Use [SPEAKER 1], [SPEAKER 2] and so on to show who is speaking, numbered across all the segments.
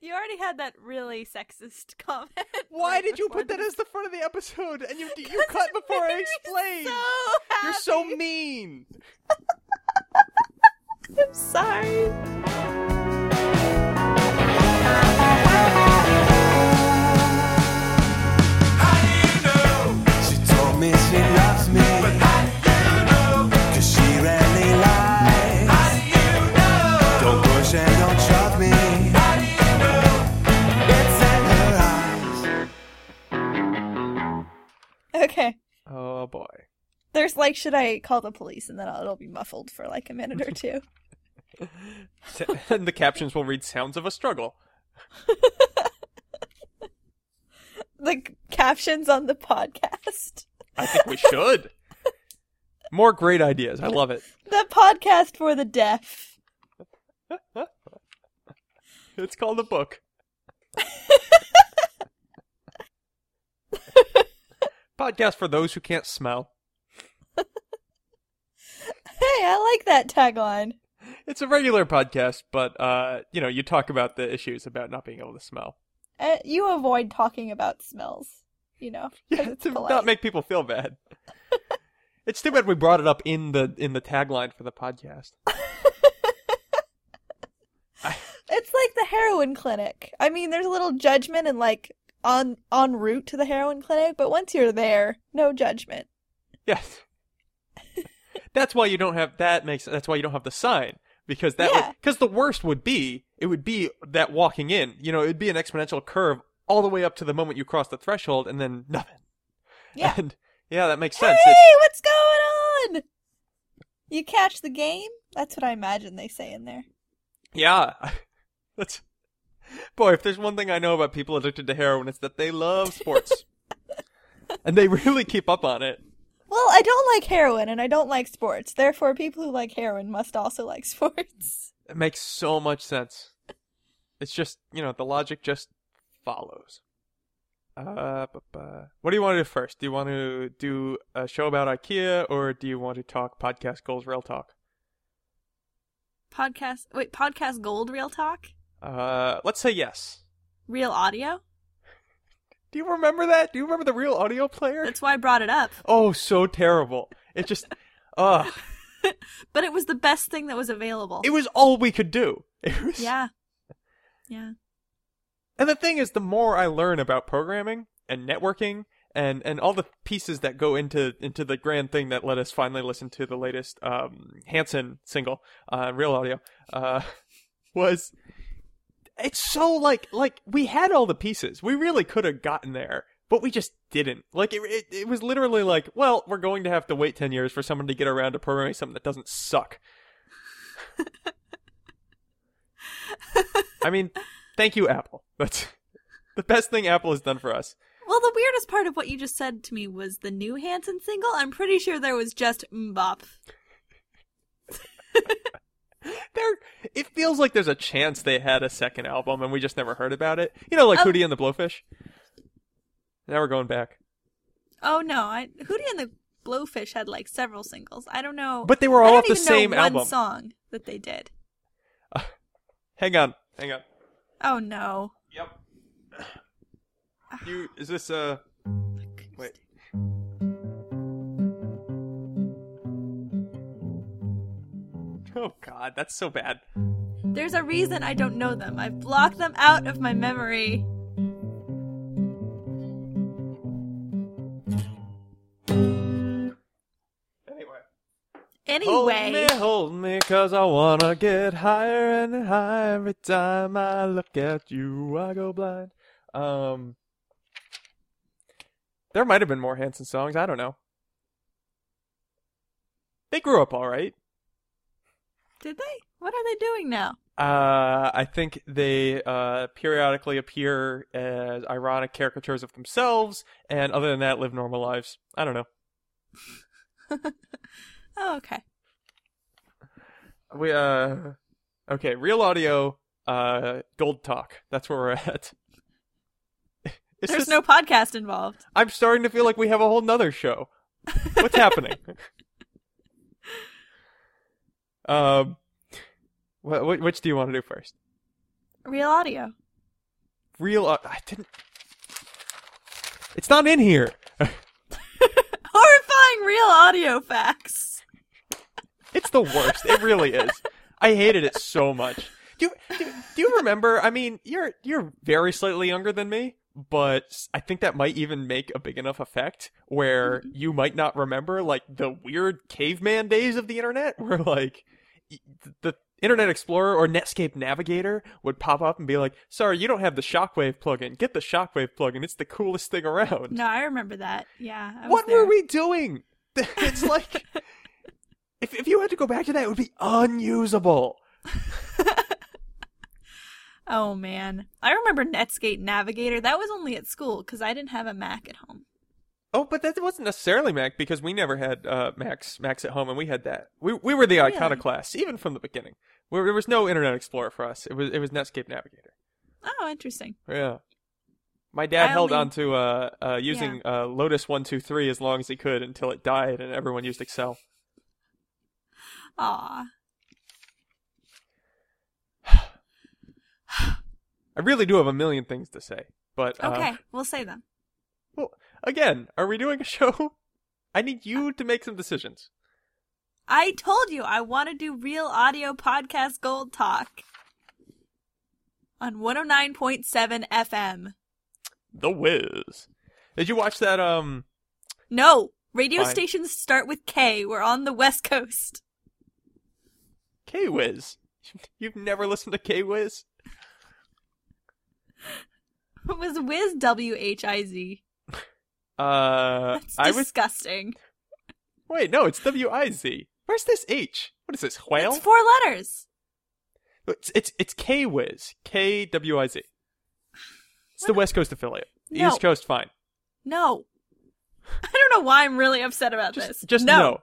[SPEAKER 1] You already had that really sexist comment.
[SPEAKER 2] Why
[SPEAKER 1] right
[SPEAKER 2] did you
[SPEAKER 1] before
[SPEAKER 2] put that
[SPEAKER 1] this.
[SPEAKER 2] as the front of the episode? And you you cut before I
[SPEAKER 1] Made me
[SPEAKER 2] explained.
[SPEAKER 1] So happy.
[SPEAKER 2] You're so mean.
[SPEAKER 1] I'm sorry.
[SPEAKER 3] She told me she loves me. But how do you know? Cause she rarely lies. How do you know? Don't push and don't shove me. How do you know? It's in her eyes.
[SPEAKER 4] Okay.
[SPEAKER 2] Oh boy.
[SPEAKER 4] There's like, should I call the police? And then I'll, it'll be muffled for like a minute or two.
[SPEAKER 2] and the captions will read "Sounds of a struggle."
[SPEAKER 4] the c- captions on the podcast.
[SPEAKER 2] I think we should. More great ideas. I love it.
[SPEAKER 4] The podcast for the deaf.
[SPEAKER 2] It's called a book. Podcast for those who can't smell.
[SPEAKER 4] Hey, I like that tagline.
[SPEAKER 2] It's a regular podcast, but uh, you know, you talk about the issues about not being able to smell.
[SPEAKER 4] Uh, you avoid talking about smells, you know. 'cause
[SPEAKER 2] Yeah,
[SPEAKER 4] it's
[SPEAKER 2] to
[SPEAKER 4] polite.
[SPEAKER 2] not make people feel bad. it's too bad we brought it up in the in the tagline for the podcast.
[SPEAKER 4] It's like the heroin clinic. I mean, there's a little judgment and like on en route to the heroin clinic, but once you're there, no judgment.
[SPEAKER 2] Yes. that's why you don't have that makes that's why you don't have the sign because that
[SPEAKER 4] Yeah.
[SPEAKER 2] because the worst would be it would be that walking in, you know, it'd be an exponential curve all the way up to the moment you cross the threshold and then nothing.
[SPEAKER 4] Yeah.
[SPEAKER 2] And yeah, that makes
[SPEAKER 4] Hey,
[SPEAKER 2] sense. It-
[SPEAKER 4] what's going on? You catch the game? That's what I imagine they say in there.
[SPEAKER 2] yeah. That's Boy, if there's one thing I know about people addicted to heroin, it's that they love sports. and they really keep up on it.
[SPEAKER 4] Well, I don't like heroin and I don't like sports. Therefore, people who like heroin must also like sports.
[SPEAKER 2] It makes so much sense. It's just, you know, the logic just follows. Uh, bu- bu- what do you want to do first? Do you want to do a show about IKEA or do you want to talk podcast goals real talk?
[SPEAKER 1] Podcast. Wait, podcast gold. Real talk.
[SPEAKER 2] Uh, let's say yes.
[SPEAKER 1] Real audio.
[SPEAKER 2] Do you remember that? Do you remember the real audio player?
[SPEAKER 1] That's why I brought it up.
[SPEAKER 2] Oh, so terrible. It just, ugh.
[SPEAKER 1] But it was the best thing that was available.
[SPEAKER 2] It was all we could do. It was,
[SPEAKER 1] yeah. Yeah.
[SPEAKER 2] And the thing is, the more I learn about programming and networking and, and all the pieces that go into into the grand thing that let us finally listen to the latest um, Hanson single, uh, Real Audio, uh, was it's so like like we had all the pieces. We really could have gotten there, but we just didn't. Like it, it it was literally like, well, we're going to have to wait ten years for someone to get around to programming something that doesn't suck. I mean, thank you, Apple. That's the best thing Apple has done for us.
[SPEAKER 1] Well, the weirdest part of what you just said to me was the new Hanson single. I'm pretty sure there was just Mbop.
[SPEAKER 2] There, it feels like there's a chance they had a second album and we just never heard about it. You know, like
[SPEAKER 1] Um,
[SPEAKER 2] Hootie and the Blowfish. Now we're going back,
[SPEAKER 1] Oh no, I Hootie and the Blowfish had like several singles. I don't know.
[SPEAKER 2] but they were
[SPEAKER 1] I
[SPEAKER 2] all
[SPEAKER 1] don't
[SPEAKER 2] off the
[SPEAKER 1] even know
[SPEAKER 2] same
[SPEAKER 1] one
[SPEAKER 2] album.
[SPEAKER 1] song that they did.
[SPEAKER 2] Hang on, hang on.
[SPEAKER 1] Oh no.
[SPEAKER 2] Yep. You is this uh? Wait. Oh God, that's so bad.
[SPEAKER 1] There's a reason I don't know them. I've blocked them out of my memory.
[SPEAKER 2] Anyway. Hold
[SPEAKER 1] Anyway,
[SPEAKER 2] me, hold me, cause I wanna get higher and higher every time I look at you. I go blind. Um, there might have been more Hanson songs. I don't know. They grew up all right.
[SPEAKER 1] did they? What are they doing now?
[SPEAKER 2] Uh, I think they uh, periodically appear as ironic caricatures of themselves, and other than that, live normal lives. I don't know.
[SPEAKER 1] Oh, okay.
[SPEAKER 2] We uh okay, real audio uh gold talk. That's where we're at. Is
[SPEAKER 1] There's
[SPEAKER 2] this-
[SPEAKER 1] no podcast involved.
[SPEAKER 2] I'm starting to feel like we have a whole nother show. What's happening? um wh- wh- which do you want to do first?
[SPEAKER 1] Real audio.
[SPEAKER 2] real. I didn't. It's not in here.
[SPEAKER 1] Horrifying real audio facts.
[SPEAKER 2] It's the worst. It really is. I hated it so much. Do you, do, do you remember? I mean, you're you're very slightly younger than me, but I think that might even make a big enough effect where you might not remember like the weird caveman days of the internet, where like y- the Internet Explorer or Netscape Navigator would pop up and be like, "Sorry, you don't have the Shockwave plugin. Get the Shockwave plugin. It's the coolest thing around."
[SPEAKER 1] No, I remember that. Yeah. I was
[SPEAKER 2] what
[SPEAKER 1] there.
[SPEAKER 2] were we doing? It's like if if you had to go back to that, it would be unusable.
[SPEAKER 1] Oh man, I remember Netscape Navigator. That was only at school because I didn't have a Mac at home.
[SPEAKER 2] Oh, but that wasn't necessarily Mac because we never had uh, Macs Macs at home, and we had that. We we were the
[SPEAKER 1] Really?
[SPEAKER 2] iconoclasts even from the beginning. Where there was no Internet Explorer for us. It was it was Netscape Navigator.
[SPEAKER 1] Oh, interesting.
[SPEAKER 2] Yeah. My dad
[SPEAKER 1] I
[SPEAKER 2] held
[SPEAKER 1] only-
[SPEAKER 2] on to uh, uh, using uh, Lotus one two three as long as he could until it died and everyone used Excel.
[SPEAKER 1] Aw,
[SPEAKER 2] I really do have a million things to say, but uh,
[SPEAKER 1] okay, we'll say them.
[SPEAKER 2] again, are we doing a show? I need you to make some decisions.
[SPEAKER 1] I told you I want to do real audio podcast gold talk on 109.7 FM.
[SPEAKER 2] The Wiz. Did you watch that? Um,
[SPEAKER 1] No, radio
[SPEAKER 2] Fine.
[SPEAKER 1] stations start with K. We're on the West Coast.
[SPEAKER 2] K Wiz. You've never listened to K Wiz?
[SPEAKER 1] It was Wiz W H I Z.
[SPEAKER 2] Uh,
[SPEAKER 1] That's
[SPEAKER 2] I was.
[SPEAKER 1] disgusting.
[SPEAKER 2] Wait, no, it's W I Z. Where's this H? What is this? Whale?
[SPEAKER 1] It's four letters.
[SPEAKER 2] It's it's, it's K Wiz. K W I Z. It's the West Coast affiliate. The
[SPEAKER 1] No.
[SPEAKER 2] East Coast, fine.
[SPEAKER 1] No. I don't know why I'm really upset about this.
[SPEAKER 2] Just, just
[SPEAKER 1] no.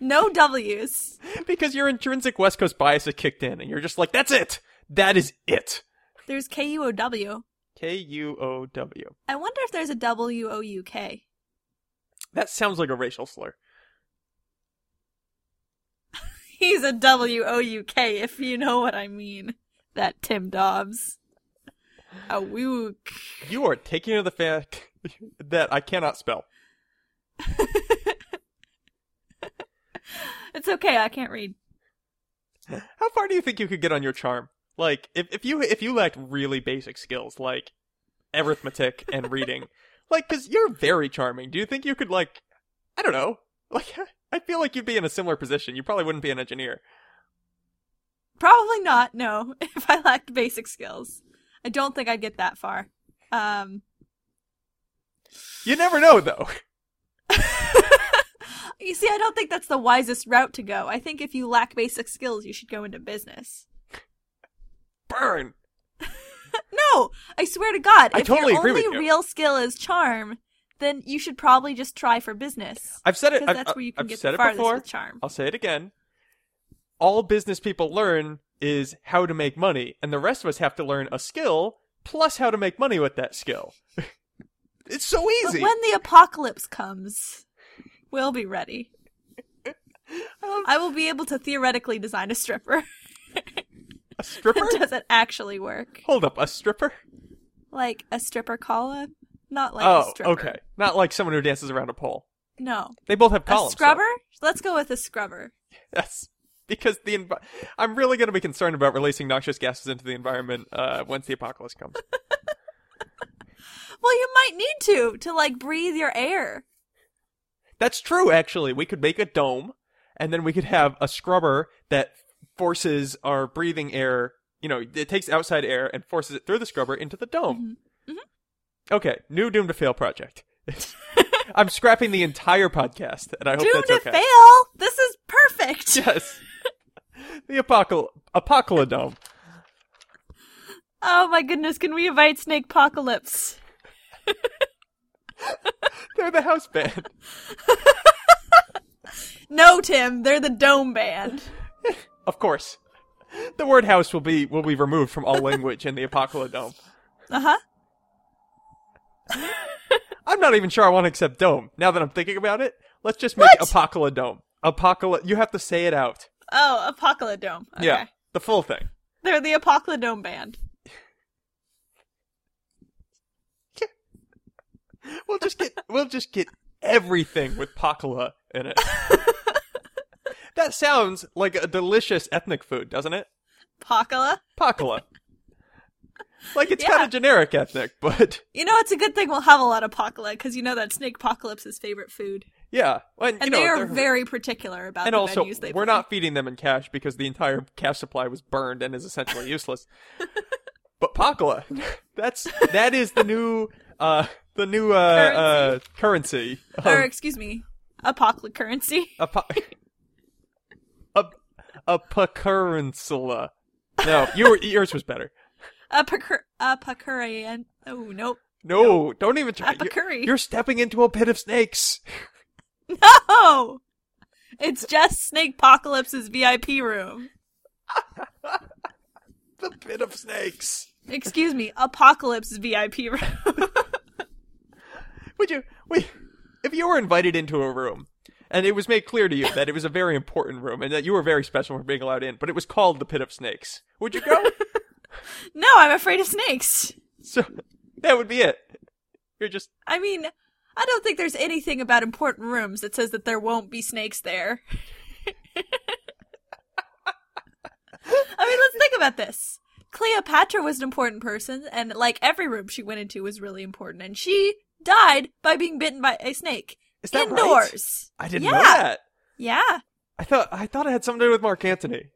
[SPEAKER 1] No W's.
[SPEAKER 2] Because your intrinsic West Coast bias has kicked in, and you're just like, that's it! That is it!
[SPEAKER 1] There's K U O W.
[SPEAKER 2] K U O W.
[SPEAKER 1] I wonder if there's a W O U K.
[SPEAKER 2] That sounds like a racial slur.
[SPEAKER 1] He's a W O U K, if you know what I mean. That Tim Dobbs. A wook.
[SPEAKER 2] You are taking to the fact that I cannot spell.
[SPEAKER 1] It's okay, I can't read.
[SPEAKER 2] How far do you think you could get on your charm? Like, if, if you if you lacked really basic skills like arithmetic and reading, like, because you're very charming. Do you think you could like, I don't know, like, I feel like you'd be in a similar position. You probably wouldn't be an engineer.
[SPEAKER 1] Probably not, no, if I lacked basic skills. I don't think I'd get that far. Um,
[SPEAKER 2] You never know though.
[SPEAKER 1] you see, I don't think that's the wisest route to go. I think if you lack basic skills, you should go into business.
[SPEAKER 2] Burn.
[SPEAKER 1] No, I swear to God,
[SPEAKER 2] I
[SPEAKER 1] if
[SPEAKER 2] totally
[SPEAKER 1] your
[SPEAKER 2] agree
[SPEAKER 1] only
[SPEAKER 2] with you.
[SPEAKER 1] real skill is charm, then you should probably just try for business.
[SPEAKER 2] I've said it.
[SPEAKER 1] Because
[SPEAKER 2] I've,
[SPEAKER 1] that's where you can
[SPEAKER 2] I've
[SPEAKER 1] get
[SPEAKER 2] said
[SPEAKER 1] the
[SPEAKER 2] it
[SPEAKER 1] farthest
[SPEAKER 2] before.
[SPEAKER 1] with charm.
[SPEAKER 2] I'll say it again. All business people learn is how to make money, and the rest of us have to learn a skill plus how to make money with that skill. it's so easy.
[SPEAKER 1] But when the apocalypse comes, we'll be ready.
[SPEAKER 2] Um,
[SPEAKER 1] I will be able to theoretically design a stripper.
[SPEAKER 2] a stripper?
[SPEAKER 1] Does it actually work?
[SPEAKER 2] Hold up, a stripper?
[SPEAKER 1] Like a stripper column? Not like a
[SPEAKER 2] oh,
[SPEAKER 1] stripper.
[SPEAKER 2] okay. Not like someone who dances around a pole.
[SPEAKER 1] No.
[SPEAKER 2] They both have
[SPEAKER 1] a
[SPEAKER 2] columns. though.
[SPEAKER 1] scrubber? Let's go with a scrubber.
[SPEAKER 2] Yes. Because the envi- I'm really going to be concerned about releasing noxious gases into the environment uh, once the apocalypse comes.
[SPEAKER 1] Well, you might need to to like breathe your air.
[SPEAKER 2] That's true, actually. We could make a dome, and then we could have a scrubber that forces our breathing air, you know, it takes outside air and forces it through the scrubber into the dome.
[SPEAKER 1] Mm-hmm.
[SPEAKER 2] Okay, new Doom to Fail project. I'm scrapping the entire podcast, and I hope
[SPEAKER 1] Doom
[SPEAKER 2] that's
[SPEAKER 1] to
[SPEAKER 2] okay.
[SPEAKER 1] fail. This is perfect.
[SPEAKER 2] Yes. the apocal apocalypse.
[SPEAKER 1] Oh my goodness, can we invite Snake Apocalypse?
[SPEAKER 2] They're the house band.
[SPEAKER 1] No, Tim, they're the Dome Band.
[SPEAKER 2] Of course. The word house will be will be removed from all language in the apocalypse.
[SPEAKER 1] Uh huh.
[SPEAKER 2] I'm not even sure I want to accept dome. Now that I'm thinking about it, let's just make apocalypse. Apocalypse. You have to say it out.
[SPEAKER 1] Oh, Apocalypse. Okay.
[SPEAKER 2] Yeah, the full thing.
[SPEAKER 1] They're the Apocalypse Band.
[SPEAKER 2] we'll just get everything with pakala in it. that sounds like a delicious ethnic food, doesn't it?
[SPEAKER 1] Pakala.
[SPEAKER 2] Pakala. like it's kind
[SPEAKER 1] Yeah.
[SPEAKER 2] of generic ethnic, but
[SPEAKER 1] You know, it's a good thing we'll have a lot of pakala because you know that snake apocalypse is favorite food,
[SPEAKER 2] yeah. Well, you
[SPEAKER 1] and
[SPEAKER 2] know,
[SPEAKER 1] they are
[SPEAKER 2] they're-
[SPEAKER 1] very particular about
[SPEAKER 2] and
[SPEAKER 1] the
[SPEAKER 2] also
[SPEAKER 1] venues they
[SPEAKER 2] we're
[SPEAKER 1] play.
[SPEAKER 2] not feeding them in cash because the entire cash supply was burned and is essentially useless. but Pakala, that's that is the new uh the new uh currency. Uh, currency.
[SPEAKER 1] or
[SPEAKER 2] Um,
[SPEAKER 1] excuse me, apocalypse currency.
[SPEAKER 2] a pa- a a pacurrensula. No, your yours was better.
[SPEAKER 1] A pacur- a pacuri and oh nope.
[SPEAKER 2] No, don't even try. You're-
[SPEAKER 1] Apicuri.
[SPEAKER 2] you're stepping into a pit of snakes.
[SPEAKER 1] Oh, it's just snake apocalypse's VIP room.
[SPEAKER 2] The pit of snakes.
[SPEAKER 1] Excuse me, apocalypse's VIP room.
[SPEAKER 2] Would you? Wait, if you were invited into a room, and it was made clear to you that it was a very important room and that you were very special for being allowed in, but it was called the Pit of Snakes, would you go?
[SPEAKER 1] no, I'm afraid of snakes.
[SPEAKER 2] so that would be it. You're just
[SPEAKER 1] I mean, I don't think there's anything about important rooms that says that there won't be snakes there. I mean, let's think about this. Cleopatra was an important person, and like every room she went into was really important, and she died by being bitten by a snake
[SPEAKER 2] is that right?
[SPEAKER 1] indoors.
[SPEAKER 2] I didn't
[SPEAKER 1] yeah.
[SPEAKER 2] know that.
[SPEAKER 1] Yeah.
[SPEAKER 2] I thought I thought it had something to do with Mark Antony.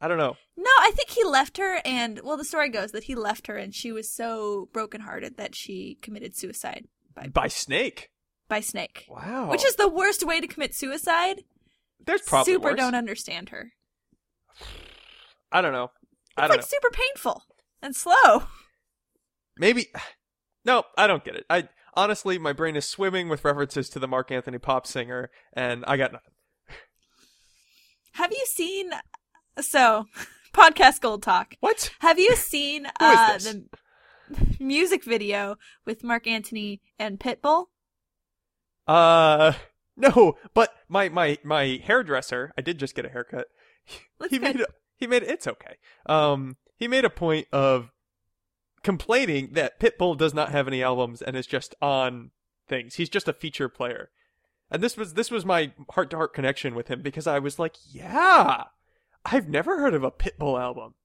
[SPEAKER 2] I don't know.
[SPEAKER 1] No, I think he left her, and well, the story goes that he left her, and she was so brokenhearted that she committed suicide by
[SPEAKER 2] By snake.
[SPEAKER 1] by snake,
[SPEAKER 2] Wow.
[SPEAKER 1] which is the worst way to commit suicide.
[SPEAKER 2] there's probably
[SPEAKER 1] super
[SPEAKER 2] worse.
[SPEAKER 1] don't understand her.
[SPEAKER 2] I don't know. I
[SPEAKER 1] It's
[SPEAKER 2] don't
[SPEAKER 1] like
[SPEAKER 2] know.
[SPEAKER 1] super painful and slow.
[SPEAKER 2] Maybe. No, I don't get it. I honestly, my brain is swimming with references to the Mark Anthony pop singer, and I got nothing.
[SPEAKER 1] Have you seen so podcast gold talk?
[SPEAKER 2] What?
[SPEAKER 1] Have you seen
[SPEAKER 2] Who is
[SPEAKER 1] uh,
[SPEAKER 2] this?
[SPEAKER 1] the music video with Mark Antony and Pitbull?
[SPEAKER 2] Uh, no, but my my my hairdresser, I did just get a haircut.
[SPEAKER 1] Looks
[SPEAKER 2] he
[SPEAKER 1] good.
[SPEAKER 2] made a, he made it's okay. Um, he made a point of complaining that Pitbull does not have any albums and is just on things. He's just a feature player. And this was this was my heart to heart connection with him because I was like, yeah, I've never heard of a Pitbull album.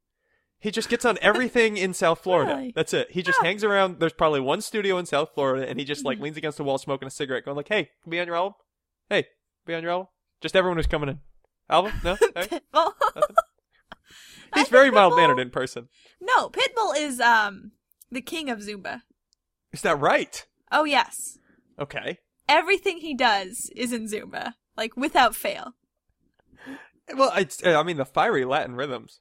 [SPEAKER 2] He just gets on everything in South Florida.
[SPEAKER 1] Really?
[SPEAKER 2] That's it. He just hangs around. There's probably one studio in South Florida, and he just
[SPEAKER 1] Mm-hmm.
[SPEAKER 2] like leans against the wall, smoking a cigarette, going like, "Hey, can be on your album. Hey, be on your album." Just everyone who's coming in. Album? No. All right.
[SPEAKER 1] Pitbull.
[SPEAKER 2] He's
[SPEAKER 1] think
[SPEAKER 2] very
[SPEAKER 1] Pitbull-
[SPEAKER 2] mild mannered in person.
[SPEAKER 1] no, Pitbull is um the king of Zumba.
[SPEAKER 2] Is that right?
[SPEAKER 1] Oh yes,
[SPEAKER 2] Okay.
[SPEAKER 1] everything he does is in Zumba, like without fail.
[SPEAKER 2] Well, it's, uh, I mean the fiery Latin rhythms.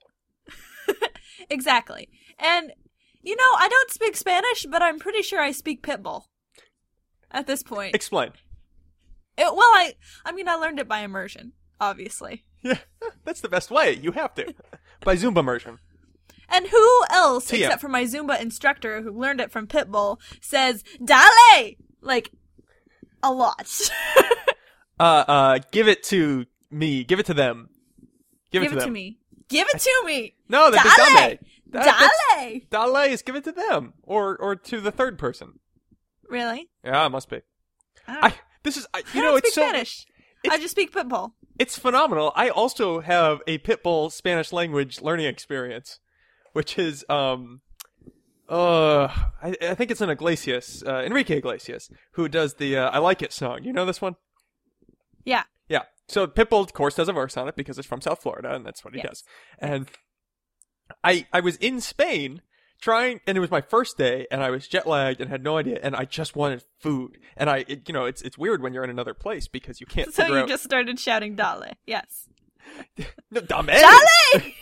[SPEAKER 1] Exactly. And, you know, I don't speak Spanish, but I'm pretty sure I speak Pitbull at this point.
[SPEAKER 2] Explain.
[SPEAKER 1] It- well, I, I mean, I learned it by immersion, obviously.
[SPEAKER 2] Yeah, that's the best way. You have to by Zumba immersion.
[SPEAKER 1] And who else,
[SPEAKER 2] TM.
[SPEAKER 1] except for my Zumba instructor who learned it from Pitbull, says, Dale! Like, a lot.
[SPEAKER 2] Uh, uh, give it to me. Give it to them.
[SPEAKER 1] Give
[SPEAKER 2] Give, it to
[SPEAKER 1] it
[SPEAKER 2] them.
[SPEAKER 1] to me. Give it to me.
[SPEAKER 2] No, that's a
[SPEAKER 1] Dale!
[SPEAKER 2] dale. That-
[SPEAKER 1] Dale!
[SPEAKER 2] that's- Dale is give it to them or or to the third person.
[SPEAKER 1] Really?
[SPEAKER 2] Yeah, it must be.
[SPEAKER 1] I,
[SPEAKER 2] I this is I,
[SPEAKER 1] I
[SPEAKER 2] you know
[SPEAKER 1] don't
[SPEAKER 2] it's
[SPEAKER 1] speak
[SPEAKER 2] so
[SPEAKER 1] Spanish. I
[SPEAKER 2] it's-
[SPEAKER 1] just speak Pitbull.
[SPEAKER 2] it's phenomenal. I also have a Pitbull Spanish language learning experience, which is um, uh, I, I think it's an Iglesias, uh, Enrique Iglesias, who does the uh, "I Like It" song. You know this one?
[SPEAKER 1] Yeah.
[SPEAKER 2] Yeah. So Pitbull, of course, does a verse on it because it's from South Florida, and that's what he
[SPEAKER 1] Yes.
[SPEAKER 2] does. And I I was in Spain trying, and it was my first day, and I was jet lagged and had no idea, and I just wanted food. And I, it, you know, it's it's weird when you're in another place because you can't.
[SPEAKER 1] So
[SPEAKER 2] figure
[SPEAKER 1] you
[SPEAKER 2] out,
[SPEAKER 1] just started shouting Dale. Yes.
[SPEAKER 2] no, dame.
[SPEAKER 1] Dale!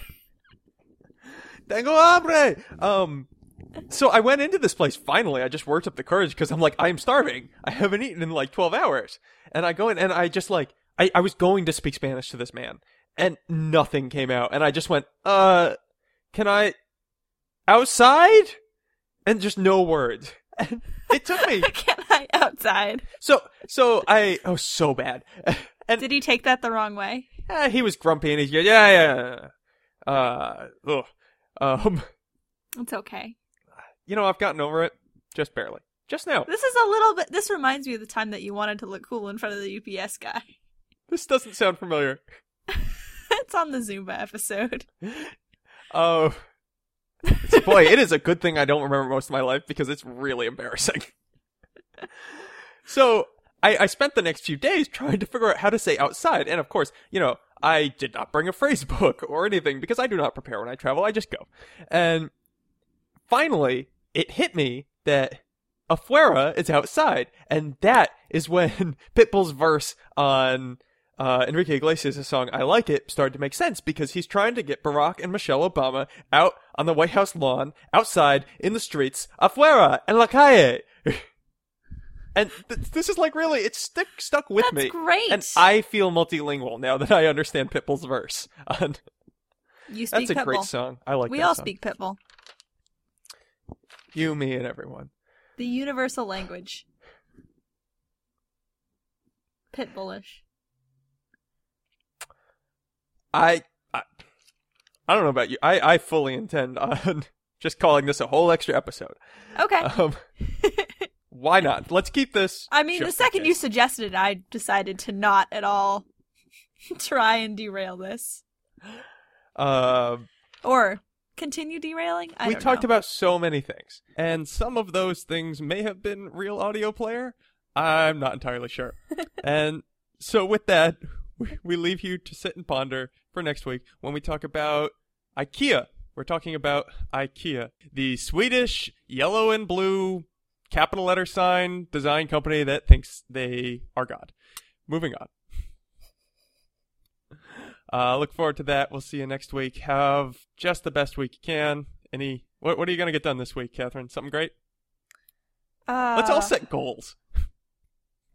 [SPEAKER 2] Tengo hambre. Um, so I went into this place finally. I just worked up the courage because I'm like, I'm starving. I haven't eaten in like 12 hours. And I go in and I just like, I, I was going to speak Spanish to this man and nothing came out. And I just went, uh, can I outside? And just no words. And it took me.
[SPEAKER 1] Can I outside?
[SPEAKER 2] So, so I, oh, so bad. And
[SPEAKER 1] Did he take that the wrong way?
[SPEAKER 2] eh, he was grumpy and he goes, yeah, yeah, yeah. Uh, ugh. um,
[SPEAKER 1] It's okay.
[SPEAKER 2] you know, I've gotten over it just barely. just now.
[SPEAKER 1] This is a little bit. This reminds me of the time that you wanted to look cool in front of the UPS guy.
[SPEAKER 2] This doesn't sound familiar.
[SPEAKER 1] it's on the Zumba episode.
[SPEAKER 2] Oh. Boy, it is a good thing I don't remember most of my life because it's really embarrassing. so I, I spent the next few days trying to figure out how to say outside, and of course, you know, I did not bring a phrase book or anything because I do not prepare when I travel, I just go. And finally, it hit me that Afuera is outside, and that is when Pitbull's verse on uh, Enrique Iglesias' song "I Like It" started to make sense because he's trying to get Barack and Michelle Obama out on the White House lawn, outside in the streets, afuera en la calle. and th- this is like really it stuck stuck with
[SPEAKER 1] That's
[SPEAKER 2] me,
[SPEAKER 1] great.
[SPEAKER 2] and I feel multilingual now that I understand Pitbull's verse. And
[SPEAKER 1] you speak
[SPEAKER 2] that's a
[SPEAKER 1] Pitbull.
[SPEAKER 2] great song. I like.
[SPEAKER 1] we
[SPEAKER 2] that
[SPEAKER 1] all
[SPEAKER 2] song.
[SPEAKER 1] speak Pitbull,
[SPEAKER 2] You, me, and everyone.
[SPEAKER 1] the universal language. Pitbullish.
[SPEAKER 2] I, I, I don't know about you. I, I fully intend on just calling this a whole extra episode.
[SPEAKER 1] Okay.
[SPEAKER 2] Um, why not? Let's keep this.
[SPEAKER 1] I mean, the
[SPEAKER 2] just
[SPEAKER 1] second
[SPEAKER 2] in
[SPEAKER 1] you
[SPEAKER 2] case.
[SPEAKER 1] suggested it, I decided to not at all try and derail this
[SPEAKER 2] Um,
[SPEAKER 1] or continue derailing. I
[SPEAKER 2] we
[SPEAKER 1] don't
[SPEAKER 2] talked
[SPEAKER 1] know.
[SPEAKER 2] about so many things, and some of those things may have been real audio player. I'm not entirely sure. and so, with that, we- we leave you to sit and ponder for next week when we talk about IKEA. We're talking about IKEA, the Swedish yellow and blue capital letter sign design company that thinks they are God. Moving on. Uh, look forward to that. We'll see you next week. Have just the best week you can. Any what? What are you gonna get done this week, Catherine? Something great?
[SPEAKER 4] Uh,
[SPEAKER 2] Let's all set goals.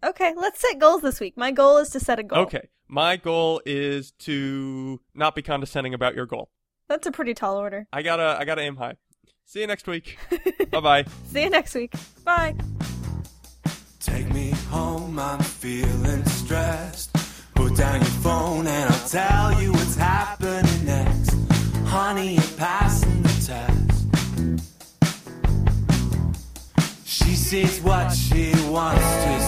[SPEAKER 4] Okay, let's set goals this week. My goal is to set a goal.
[SPEAKER 2] Okay. My goal is to not be condescending about your goal.
[SPEAKER 4] That's a pretty tall order.
[SPEAKER 2] I gotta. I gotta aim high. See you next week. bye bye.
[SPEAKER 4] See you next week. Bye.
[SPEAKER 3] Take me home, I'm feeling stressed. Put down your phone and I'll tell you what's happening next. Honey, you're passing the test. She sees what she wants to